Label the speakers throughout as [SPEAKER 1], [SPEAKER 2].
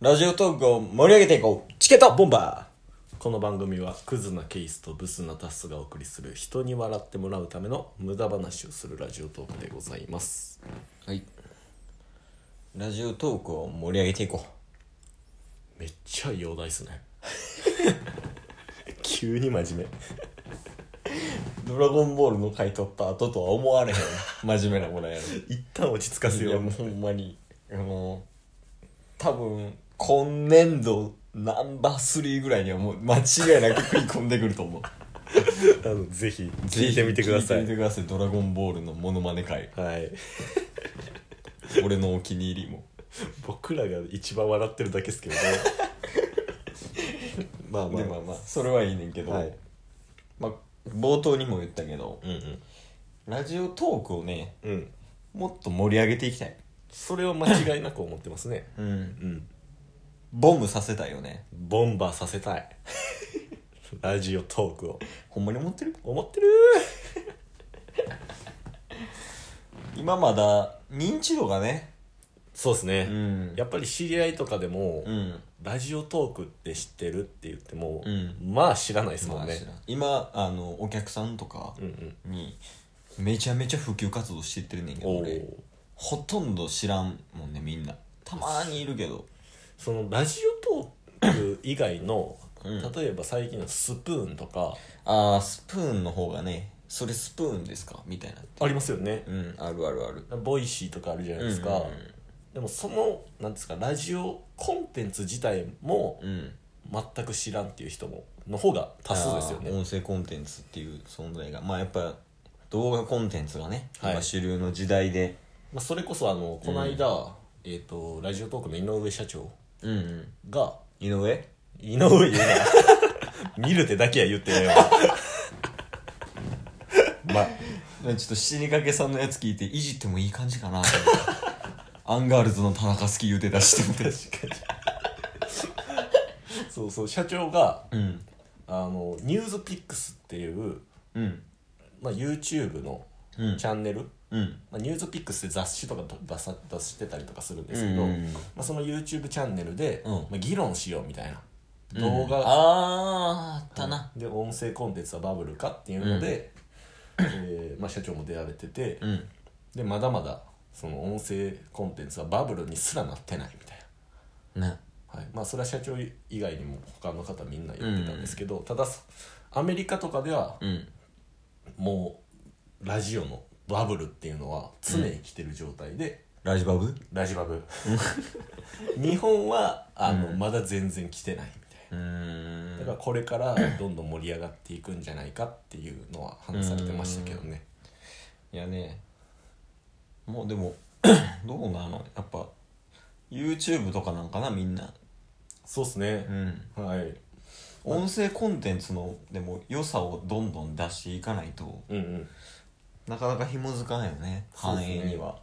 [SPEAKER 1] ラジオトークを盛り上げていこうチケットボンバ
[SPEAKER 2] この番組はクズなケイスとブスなタスがお送りする人に笑ってもらうための無駄話をするラジオトークでございます
[SPEAKER 1] ーはいラジオトークを盛り上げていこ
[SPEAKER 2] めっちゃ容態 っすね急に真面
[SPEAKER 1] うドラゴンボールの回取った後とは思われへ ん真面目なものやろ
[SPEAKER 2] 目一旦落ち着かせ
[SPEAKER 1] い
[SPEAKER 2] よ
[SPEAKER 1] や
[SPEAKER 2] う
[SPEAKER 1] もうほんまにあの多分今年度ナンバー3ぐらいにはもう間違いなく食い込んでくると思う
[SPEAKER 2] あのぜひ 聞いてみてくださ
[SPEAKER 1] 聞いてみて
[SPEAKER 2] い
[SPEAKER 1] ください「ドラゴンボール」のモノマネ回
[SPEAKER 2] はい
[SPEAKER 1] 俺のお気に入りも
[SPEAKER 2] 僕らが一番笑ってるだけですけどねま あまあ
[SPEAKER 1] でまあまあそれはいいねんけど、
[SPEAKER 2] はい
[SPEAKER 1] まあ、冒頭にも言ったけど
[SPEAKER 2] うんうん
[SPEAKER 1] ラジオトークをね
[SPEAKER 2] うん
[SPEAKER 1] もっと盛り上げていきたい、
[SPEAKER 2] それを間違いなく思ってますね
[SPEAKER 1] うん、
[SPEAKER 2] うん
[SPEAKER 1] ボムさせたいよね
[SPEAKER 2] ボンバーさせたい ラジオトークを
[SPEAKER 1] ほんまに思ってる
[SPEAKER 2] 思ってる
[SPEAKER 1] 今まだ認知度がね
[SPEAKER 2] そうですね、
[SPEAKER 1] ん
[SPEAKER 2] やっぱり知り合いとかでも、
[SPEAKER 1] うん
[SPEAKER 2] ラジオトークって知ってるって言っても、
[SPEAKER 1] うん
[SPEAKER 2] まあ知らないですもんね、
[SPEAKER 1] 今あのお客さんとか
[SPEAKER 2] うんうん
[SPEAKER 1] にめちゃめちゃ普及活動してってるねんけど
[SPEAKER 2] お
[SPEAKER 1] 俺
[SPEAKER 2] ー
[SPEAKER 1] ほとんど知らんもんねみんなたまにいるけど
[SPEAKER 2] そのラジオトーク以外の、
[SPEAKER 1] うん
[SPEAKER 2] 例えば最近のスプーンとか
[SPEAKER 1] あースプーンの方がねそれスプーンですかみたいな
[SPEAKER 2] ありますよね
[SPEAKER 1] う、んあるあるある
[SPEAKER 2] ボイシーとかあるじゃないですか、でもそのなんですかラジオコンテンツ自体も
[SPEAKER 1] うん、うん
[SPEAKER 2] 全く知らんっていう人もの方が多数ですよ
[SPEAKER 1] あー
[SPEAKER 2] ね
[SPEAKER 1] 音声コンテンツっていう存在がまあやっぱ動画コンテンツがね、
[SPEAKER 2] はい
[SPEAKER 1] 今主流の時代で
[SPEAKER 2] まあ、それこそあのこの間、えっ、とラジオトークの井上社長
[SPEAKER 1] うんうん
[SPEAKER 2] が
[SPEAKER 1] 井上
[SPEAKER 2] 井上言うな 見るってだけは言ってねえわ
[SPEAKER 1] まあちょっと死にかけさんのやつ聞いていじってもいい感じかなと思ってアンガールズの田中好き言うて出しても
[SPEAKER 2] 確かにそうそう社長が
[SPEAKER 1] うん
[SPEAKER 2] あのニュースピックスっていう、
[SPEAKER 1] うん
[SPEAKER 2] まあ、YouTube の
[SPEAKER 1] うん
[SPEAKER 2] チャンネル、
[SPEAKER 1] うん
[SPEAKER 2] まあ、ニュースピックスって雑誌とか出さ出してたりとかするんですけ
[SPEAKER 1] う
[SPEAKER 2] ど、
[SPEAKER 1] んうんうん
[SPEAKER 2] まあ、その YouTube チャンネルで、
[SPEAKER 1] うん
[SPEAKER 2] まあ、議論しようみたいな
[SPEAKER 1] 動
[SPEAKER 2] 動
[SPEAKER 1] 画、
[SPEAKER 2] 画、
[SPEAKER 1] あああったな
[SPEAKER 2] で音声コンテンツはバブルかっていうので、えーまあ、社長も出られてて、
[SPEAKER 1] うん
[SPEAKER 2] でまだまだその音声コンテンツはバブルにすらなってないみたい
[SPEAKER 1] ね
[SPEAKER 2] な、はい、まあそれは社長以外にも他の方みんな言ってたんですけど、ただそアメリカとかでは
[SPEAKER 1] うん
[SPEAKER 2] もうラジオのバブルっていうのは常に来てる状態で、
[SPEAKER 1] ラジバブ
[SPEAKER 2] ラジバブ日本はあの、まだ全然来てないみたい
[SPEAKER 1] う
[SPEAKER 2] な
[SPEAKER 1] ーん
[SPEAKER 2] だからこれからどんどん盛り上がっていくんじゃないかっていうのは話されてましたけどね、
[SPEAKER 1] いやねもうでも どうなのやっぱ YouTube とかなんかなみんな
[SPEAKER 2] そうっすね
[SPEAKER 1] う、ん
[SPEAKER 2] はい
[SPEAKER 1] 音声コンテンツのでも良さをどんどん出していかないと
[SPEAKER 2] うんうん
[SPEAKER 1] なかなか紐づかないよね
[SPEAKER 2] そう
[SPEAKER 1] 繁
[SPEAKER 2] ですね
[SPEAKER 1] 栄には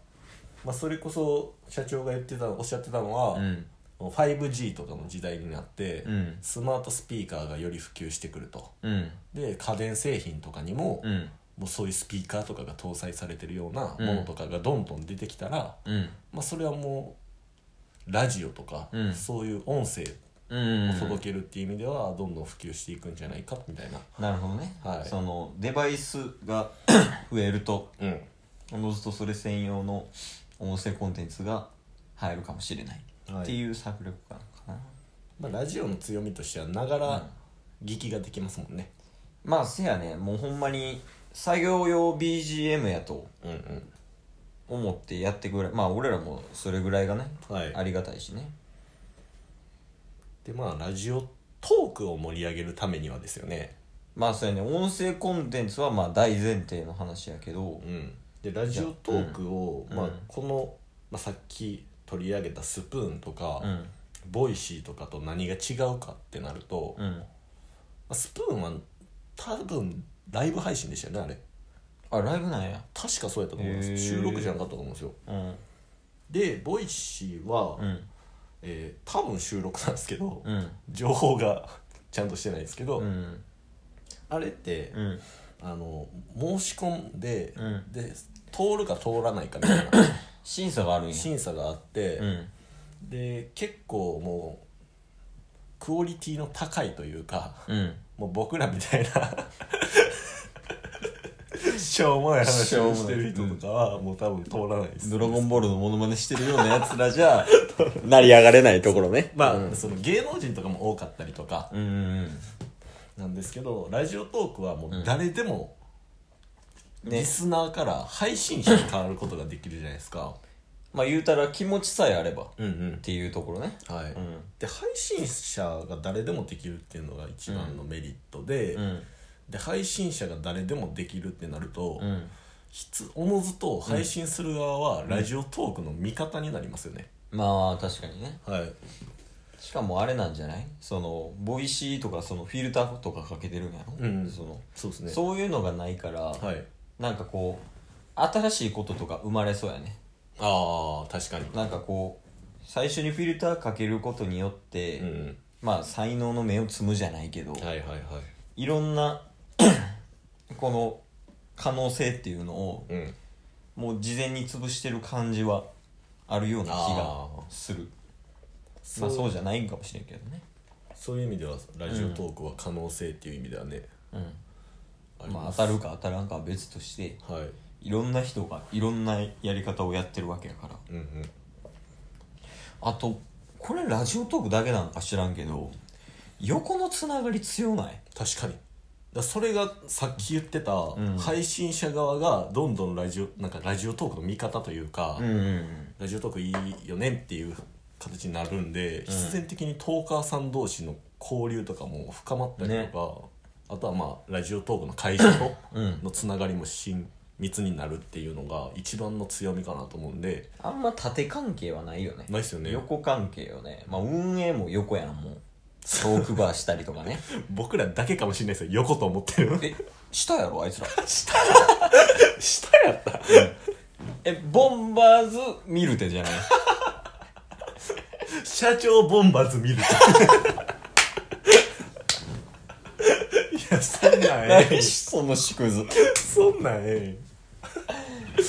[SPEAKER 2] まあ、それこそ社長が言ってたおっしゃってたのは、
[SPEAKER 1] ん
[SPEAKER 2] 5G とかの時代になって、
[SPEAKER 1] うん
[SPEAKER 2] スマートスピーカーがより普及してくると
[SPEAKER 1] うん
[SPEAKER 2] で家電製品とかにも,、
[SPEAKER 1] うん
[SPEAKER 2] もうそういうスピーカーとかが搭載されてるような
[SPEAKER 1] うん
[SPEAKER 2] ものとかがどんどん出てきたら、
[SPEAKER 1] うん
[SPEAKER 2] まあ、それはもうラジオとか、
[SPEAKER 1] うん
[SPEAKER 2] そういう音声
[SPEAKER 1] うん
[SPEAKER 2] を届けるっていう意味では、どんどん普及していくんじゃないかみたいな、
[SPEAKER 1] なるほどね、
[SPEAKER 2] はい
[SPEAKER 1] そのデバイスが 増えると
[SPEAKER 2] うん、
[SPEAKER 1] おのずとそれ専用の音声コンテンツが入るかもしれない、
[SPEAKER 2] はい
[SPEAKER 1] っていう策略かな
[SPEAKER 2] まあ、ラジオの強みとしてはながら聞きができますもんね。
[SPEAKER 1] まあせやねもうほんまに作業用 BGM やと
[SPEAKER 2] うんうん
[SPEAKER 1] 思ってやってくれまあ俺らもそれぐらいがね、
[SPEAKER 2] はい
[SPEAKER 1] ありがたいしね
[SPEAKER 2] でまあラジオトークを盛り上げるためにはですよね、
[SPEAKER 1] まあそうやね音声コンテンツはまあ大前提の話やけど
[SPEAKER 2] うん、でラジオトークを、
[SPEAKER 1] うん
[SPEAKER 2] まあ
[SPEAKER 1] うん、
[SPEAKER 2] この、まあ、さっき取り上げたスプーンとか、
[SPEAKER 1] うん
[SPEAKER 2] ボイシーとかと何が違うかってなると、ま
[SPEAKER 1] うん
[SPEAKER 2] あスプーンは多分ライブ配信でしたよねあれ
[SPEAKER 1] あライブなんや
[SPEAKER 2] 確かそうやったと思いま
[SPEAKER 1] へー
[SPEAKER 2] す収録じゃなかったと思うんですよ
[SPEAKER 1] うん
[SPEAKER 2] でボイシーは、
[SPEAKER 1] うん
[SPEAKER 2] えー多分収録なんですけど、
[SPEAKER 1] うん
[SPEAKER 2] 情報が ちゃんとしてないですけど、
[SPEAKER 1] うん
[SPEAKER 2] あれって、
[SPEAKER 1] うん
[SPEAKER 2] あの申し込んで、
[SPEAKER 1] うん
[SPEAKER 2] で通るか通らないかみたいな
[SPEAKER 1] 審査があるんや
[SPEAKER 2] 審査があって、
[SPEAKER 1] うん
[SPEAKER 2] で結構もうクオリティの高いというか
[SPEAKER 1] うん
[SPEAKER 2] もう僕らみ たいなしょうもない話をしてる人とかはもう多分通らないです
[SPEAKER 1] ドラゴンボールのモノマネしてるようなやつらじゃ 成り上がれないところね
[SPEAKER 2] まあ、
[SPEAKER 1] うん
[SPEAKER 2] その芸能人とかも多かったりとか
[SPEAKER 1] うんうん
[SPEAKER 2] なんですけどラジオトークはもう誰でも、
[SPEAKER 1] ね
[SPEAKER 2] リスナーから配信者に変わることができるじゃないですか
[SPEAKER 1] まあ言うたら気持ちさえあればっ
[SPEAKER 2] うんうん
[SPEAKER 1] ていうところね
[SPEAKER 2] はい、
[SPEAKER 1] うん
[SPEAKER 2] で配信者が誰でもできるっていうのが一番のメリットで、
[SPEAKER 1] うん
[SPEAKER 2] で配信者が誰でもできるってなると、
[SPEAKER 1] うん
[SPEAKER 2] ひつおのずと配信する側はラジオトークの味方になりますよね、
[SPEAKER 1] まあ確かにね
[SPEAKER 2] はい
[SPEAKER 1] しかもあれなんじゃないそのボイシーとかそのフィルターとかかけてるんやろ、
[SPEAKER 2] うん
[SPEAKER 1] その
[SPEAKER 2] そうですね
[SPEAKER 1] そういうのがないから、
[SPEAKER 2] はい
[SPEAKER 1] なんかこう新しいこととか生まれそうやね
[SPEAKER 2] ああ確かに
[SPEAKER 1] なんかこう最初にフィルターかけることによって、
[SPEAKER 2] うん
[SPEAKER 1] まあ才能の芽を摘むじゃないけど、
[SPEAKER 2] はいはいはい
[SPEAKER 1] いろんな この可能性っていうのを
[SPEAKER 2] うん
[SPEAKER 1] もう事前に潰してる感じはあるような気がするまあそうじゃないんかもしれんけどね
[SPEAKER 2] そういう意味ではラジオトークは可能性っていう意味ではね、あり
[SPEAKER 1] ま
[SPEAKER 2] ま
[SPEAKER 1] あ
[SPEAKER 2] す
[SPEAKER 1] 当たるか当たらんかは別として
[SPEAKER 2] はい
[SPEAKER 1] いろんな人がいろんなやり方をやってるわけやから
[SPEAKER 2] うんうん
[SPEAKER 1] あとこれラジオトークだけなんか知らんけど横のつながり強ない
[SPEAKER 2] 確かにだからそれがさっき言ってた、
[SPEAKER 1] ん
[SPEAKER 2] 配信者側がどんどんラジオなんかラジオトークの見方というか、
[SPEAKER 1] ん
[SPEAKER 2] ラジオトークいいよねっていう形になるんで、必然的にトーカーさん同士の交流とかも深まったりとか、あとはまあラジオトークの会社と
[SPEAKER 1] うん
[SPEAKER 2] のつながりも親密になるっていうのが一番の強みかなと思うんで
[SPEAKER 1] あんま縦関係はないよね
[SPEAKER 2] ないっすよね
[SPEAKER 1] 横関係よねまあ運営も横やんもうトークバーしたりとか ね
[SPEAKER 2] 僕らだけかもしれないですよ横と思ってる
[SPEAKER 1] えしたやろあい つら
[SPEAKER 2] 下やった
[SPEAKER 1] えボンバーズミルテじゃない
[SPEAKER 2] 社長ボンバーズ見るいやそんなん ええ
[SPEAKER 1] 何 その縮図
[SPEAKER 2] そんなんえ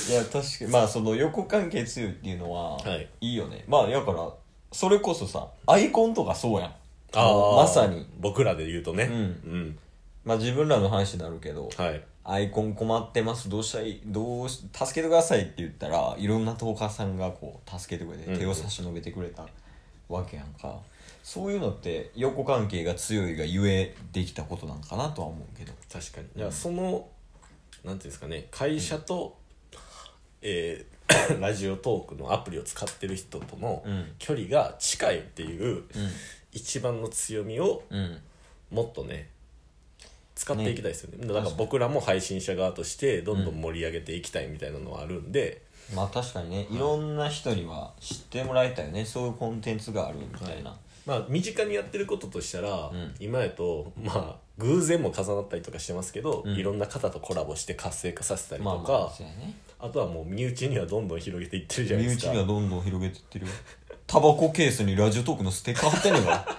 [SPEAKER 1] いや確かにまあその横関係強いっていうのは、
[SPEAKER 2] はい、
[SPEAKER 1] いよねまあだからそれこそさアイコンとかそうやん
[SPEAKER 2] え
[SPEAKER 1] まさに
[SPEAKER 2] 僕らで言うとね
[SPEAKER 1] うん
[SPEAKER 2] うん
[SPEAKER 1] まあ自分らの話になるけど
[SPEAKER 2] はい
[SPEAKER 1] アイコン困ってますどうしたらいいどうし助けてくださいって言ったらいろんなトーカーさんがこう助けてくれ
[SPEAKER 2] うん
[SPEAKER 1] て手を差し伸べてくれたわけやんか、そういうのって横関係が強いがゆえできたことなんかなとは思うけど
[SPEAKER 2] 確かにじゃあそのなんていうんですかね会社と、えー ラジオトークのアプリを使ってる人との
[SPEAKER 1] うん
[SPEAKER 2] 距離が近いっていう一番の強みを
[SPEAKER 1] うん
[SPEAKER 2] もっとね使っていきたいですよねだから僕らも配信者側としてどんどん盛り上げていきたいみたいなのはあるんで、
[SPEAKER 1] まあ確かにねいろんな人には知ってもらいたいよねそういうコンテンツがあるみたいな、
[SPEAKER 2] まあ身近にやってることとしたら、
[SPEAKER 1] ん
[SPEAKER 2] 今やとまあ偶然も重なったりとかしてますけど、
[SPEAKER 1] うん
[SPEAKER 2] いろんな方とコラボして活性化させたりと
[SPEAKER 1] ま
[SPEAKER 2] か、
[SPEAKER 1] あまあそうやね
[SPEAKER 2] あとはもう身内にはどんどん広げていってるじゃない
[SPEAKER 1] 身
[SPEAKER 2] です
[SPEAKER 1] 内
[SPEAKER 2] か
[SPEAKER 1] にはどんどん広げていってるよ タバコケースにラジオトークのステッカー貼ってんねんから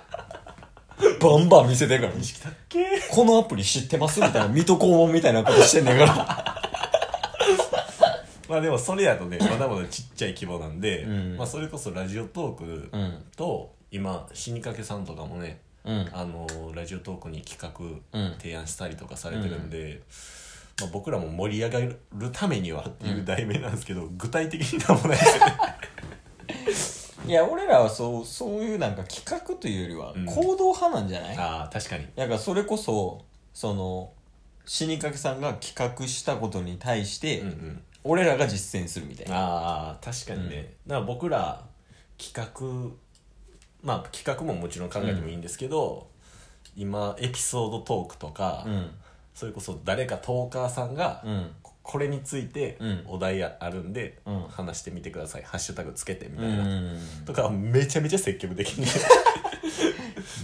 [SPEAKER 1] バンバン見せてるから
[SPEAKER 2] だっけ
[SPEAKER 1] このアプリ知ってますみたいな水戸黄門みたいなことしてんねんから
[SPEAKER 2] まあでもそれやとねまだまだちっちゃい規模なんで、
[SPEAKER 1] ん
[SPEAKER 2] まあ、それこそラジオトーク
[SPEAKER 1] うん
[SPEAKER 2] と、今死にかけさんとかもね、
[SPEAKER 1] うん
[SPEAKER 2] あのーラジオトークに企
[SPEAKER 1] う
[SPEAKER 2] 画
[SPEAKER 1] ん
[SPEAKER 2] 提案したりとかされてるんで、まあ、僕らも盛り上がるためにはっていう題名なんですけど、具体的になんもないですよね
[SPEAKER 1] いや俺らはそうそういうなんか企画というよりは
[SPEAKER 2] うん
[SPEAKER 1] 行動派なんじゃない、だか
[SPEAKER 2] ああ確かに
[SPEAKER 1] らそれこそその死にかけさんが企画したことに対して、
[SPEAKER 2] うんうん
[SPEAKER 1] 俺らが実践するみたいな
[SPEAKER 2] ああ確かにね、だから僕ら企画まあ企画ももちろん考えてもいいんですけど、今エピソードトークとか、
[SPEAKER 1] うん
[SPEAKER 2] それこそ誰かトーカーさんが、
[SPEAKER 1] うん
[SPEAKER 2] ここれについて
[SPEAKER 1] うん
[SPEAKER 2] お題あるんで、
[SPEAKER 1] うん
[SPEAKER 2] 話してみてくださいハッシュタグつけてみ
[SPEAKER 1] う
[SPEAKER 2] たいな、
[SPEAKER 1] ん
[SPEAKER 2] とかめちゃめちゃ積 極的に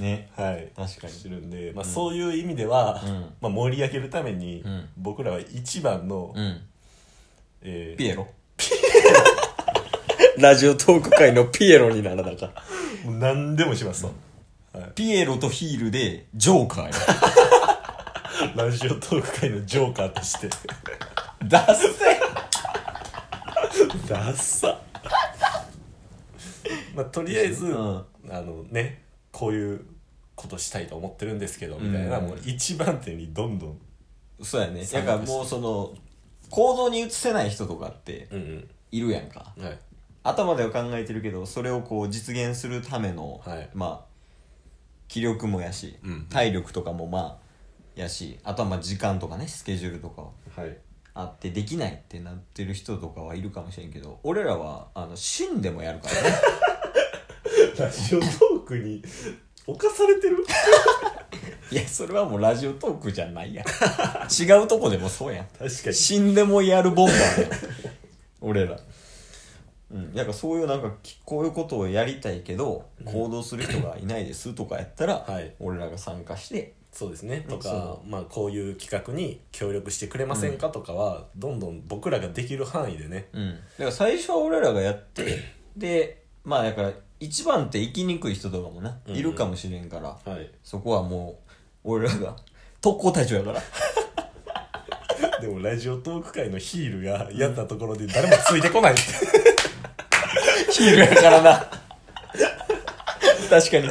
[SPEAKER 1] ね
[SPEAKER 2] はい
[SPEAKER 1] 確かに
[SPEAKER 2] してるんで、まあ、そういう意味では、
[SPEAKER 1] うん
[SPEAKER 2] まあ、盛り上げるために、
[SPEAKER 1] うん
[SPEAKER 2] 僕らは一番の、
[SPEAKER 1] うん
[SPEAKER 2] えー
[SPEAKER 1] ピエロ ラジオトーク界のピエロにならなかった
[SPEAKER 2] もう何でもしますと、はい、
[SPEAKER 1] ピエロとヒールでジョーカーや
[SPEAKER 2] ラジオトーク界のジョーカーとして
[SPEAKER 1] ダッセ
[SPEAKER 2] ダッサ まあ、とりあえず、
[SPEAKER 1] うん
[SPEAKER 2] あのねこういうことしたいと思ってるんですけどみたいな、
[SPEAKER 1] うん
[SPEAKER 2] もう一番手にどんどん、
[SPEAKER 1] そうやねだ
[SPEAKER 2] 参加して
[SPEAKER 1] からもうその行動に移せない人とかって
[SPEAKER 2] うん
[SPEAKER 1] いるやんか
[SPEAKER 2] うん、はい
[SPEAKER 1] 頭では考えてるけどそれをこう実現するための、
[SPEAKER 2] はい
[SPEAKER 1] まあ気力もやし、
[SPEAKER 2] うん
[SPEAKER 1] 体力とかもまあやしあとはまあ時間とかねスケジュールとか
[SPEAKER 2] はい
[SPEAKER 1] あってできないってなってる人とかはいるかもしれんけど俺らはあの死んでもやるからね
[SPEAKER 2] ラジオトークに侵されてる
[SPEAKER 1] いやそれはもうラジオトークじゃないやん違うとこでもそうやん
[SPEAKER 2] 確かに
[SPEAKER 1] 死んでもやるボンバーやん俺らうんなんかそういうなんかきこういうことをやりたいけど行動する人がいないですとかやったら、
[SPEAKER 2] はい
[SPEAKER 1] 俺らが参加して
[SPEAKER 2] そうですねとか
[SPEAKER 1] そ、
[SPEAKER 2] まあ、こういう企画に協力してくれませんかとかは、どんどん僕らができる範囲でね
[SPEAKER 1] うんだから最初は俺らがやってでまあだから一番って生きにくい人とかもな、
[SPEAKER 2] うんうん
[SPEAKER 1] いるかもしれんから
[SPEAKER 2] はい
[SPEAKER 1] そこはもう俺らが特攻隊長やから
[SPEAKER 2] でもラジオトーク界のヒールがやったところで誰もついてこないって
[SPEAKER 1] ヒーローやからな。確かに。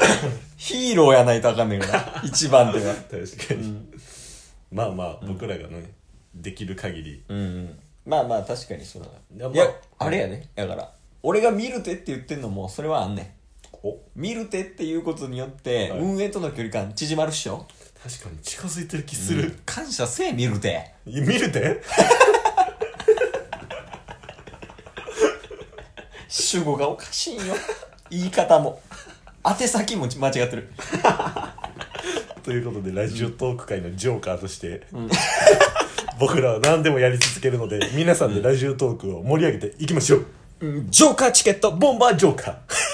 [SPEAKER 1] ヒーローやないとあかんねんから。一番では。
[SPEAKER 2] 確かに、まあまあ僕らがね、できる限り
[SPEAKER 1] うんうん。まあまあ確かにそう
[SPEAKER 2] い
[SPEAKER 1] だ。
[SPEAKER 2] やまあ
[SPEAKER 1] いや、あれやね。だから、俺が見る手って言ってんのも、それはあんねん。
[SPEAKER 2] お
[SPEAKER 1] 見る手っていうことによって、
[SPEAKER 2] はい
[SPEAKER 1] 運営との距離感縮まるっしょ。
[SPEAKER 2] 確かに近づいてる気する、
[SPEAKER 1] 感謝せえ、見る手。
[SPEAKER 2] いや見るで
[SPEAKER 1] 主語がおかしいよ。言い方 も。宛先も間違ってる。
[SPEAKER 2] ということでラジオトーク界のジョーカーとして、 僕らは何でもやり続けるので皆さんでラジオトークを盛り上げていきましょう、
[SPEAKER 1] うんジョーカーチケット、ボンバージョーカー。